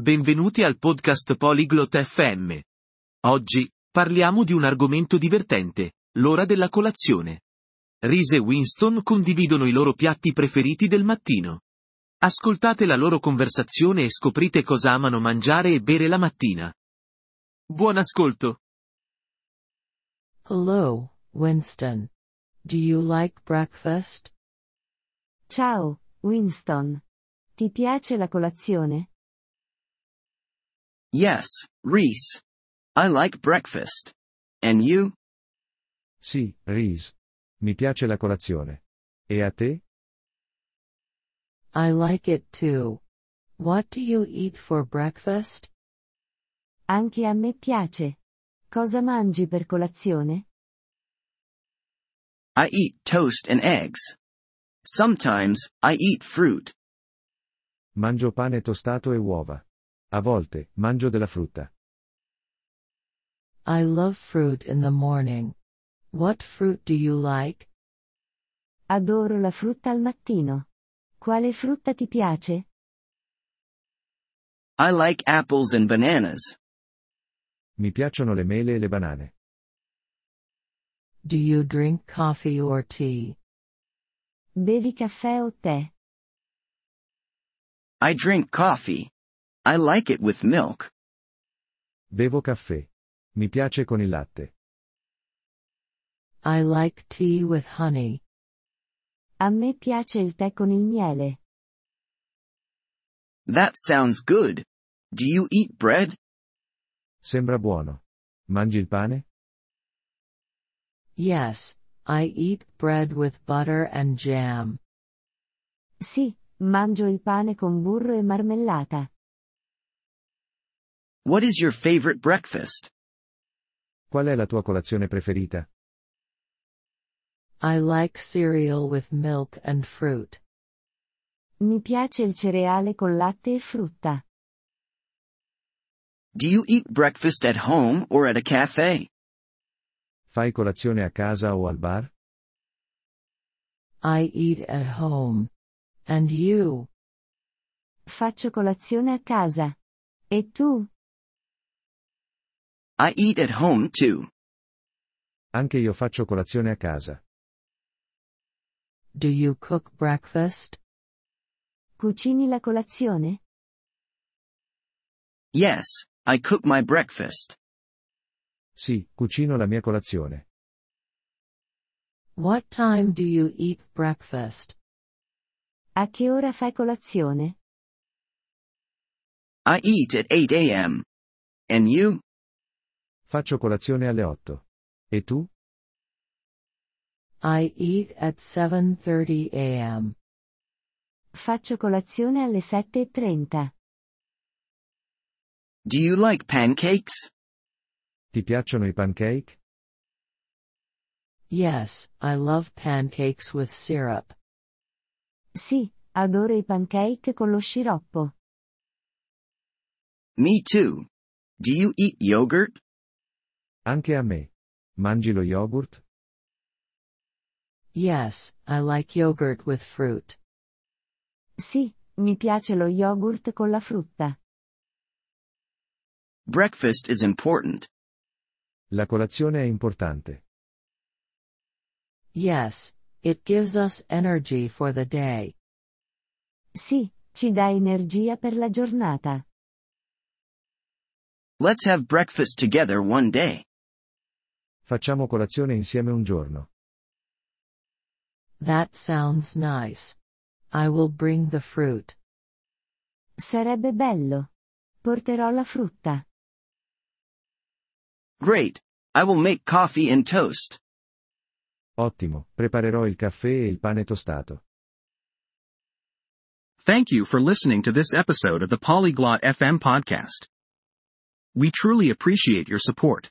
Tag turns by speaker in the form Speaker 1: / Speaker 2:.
Speaker 1: Benvenuti al podcast Polyglot FM. Oggi, parliamo di un argomento divertente, l'ora della colazione. Reese e Winston condividono i loro piatti preferiti del mattino. Ascoltate la loro conversazione e scoprite cosa amano mangiare e bere la mattina. Buon ascolto!
Speaker 2: Hello, Winston. Do you like breakfast?
Speaker 3: Ciao, Winston. Ti piace la colazione?
Speaker 4: Yes, Reese. I like breakfast. And you?
Speaker 5: Sì, Reese. Mi piace la colazione. E a te?
Speaker 2: I like it too. What do you eat for breakfast?
Speaker 3: Anche a me piace. Cosa mangi per colazione?
Speaker 4: I eat toast and eggs. Sometimes, I eat fruit.
Speaker 5: Mangio pane tostato e uova. A volte, mangio della frutta.
Speaker 2: I love fruit in the morning. What fruit do you like?
Speaker 3: Adoro la frutta al mattino. Quale frutta ti piace?
Speaker 4: I like apples and bananas.
Speaker 5: Mi piacciono le mele e le banane.
Speaker 2: Do you drink coffee or tea?
Speaker 3: Bevi caffè o tè?
Speaker 4: I drink coffee. I like it with milk.
Speaker 5: Bevo caffè. Mi piace con il latte.
Speaker 2: I like tea with honey.
Speaker 3: A me piace il tè con il miele.
Speaker 4: That sounds good. Do you eat bread?
Speaker 5: Sembra buono. Mangi il pane?
Speaker 2: Yes, I eat bread with butter and jam.
Speaker 3: Sì, mangio il pane con burro e marmellata.
Speaker 4: What is your favorite breakfast?
Speaker 5: Qual è la tua colazione preferita?
Speaker 2: I like cereal with milk and fruit.
Speaker 3: Mi piace il cereale con latte e frutta.
Speaker 4: Do you eat breakfast at home or at a cafe?
Speaker 5: Fai colazione a casa o al bar?
Speaker 2: I eat at home. And you?
Speaker 3: Faccio colazione a casa. E tu?
Speaker 4: I eat at home too.
Speaker 5: Anche io faccio colazione a casa.
Speaker 2: Do you cook breakfast?
Speaker 3: Cucini la colazione?
Speaker 4: Yes, I cook my breakfast.
Speaker 5: Sì, cucino la mia colazione.
Speaker 2: What time do you eat breakfast?
Speaker 3: A che ora fai colazione?
Speaker 4: I eat at 8 a.m. And you?
Speaker 5: Faccio colazione alle 8. E tu?
Speaker 2: I eat at 7:30 a.m.
Speaker 3: Faccio colazione alle 7.30.
Speaker 4: Do you like pancakes?
Speaker 5: Ti piacciono i pancake?
Speaker 2: Yes, I love pancakes with syrup.
Speaker 3: Sì, adoro i pancake con lo sciroppo.
Speaker 4: Me too. Do you eat yogurt?
Speaker 5: Anche a me. Mangi lo yogurt?
Speaker 2: Yes, I like yogurt with fruit.
Speaker 3: Sì, mi piace lo yogurt con la frutta.
Speaker 4: Breakfast is important.
Speaker 5: La colazione è importante.
Speaker 2: Yes, it gives us energy for the day.
Speaker 3: Sì, ci dà energia per la giornata.
Speaker 4: Let's have breakfast together one day.
Speaker 5: Facciamo colazione insieme un giorno.
Speaker 2: That sounds nice. I will bring the fruit.
Speaker 3: Sarebbe bello. Porterò la frutta.
Speaker 4: Great. I will make coffee and toast.
Speaker 5: Ottimo, preparerò il caffè e il pane tostato.
Speaker 6: Thank you for listening to this episode of the Polyglot FM podcast. We truly appreciate your support.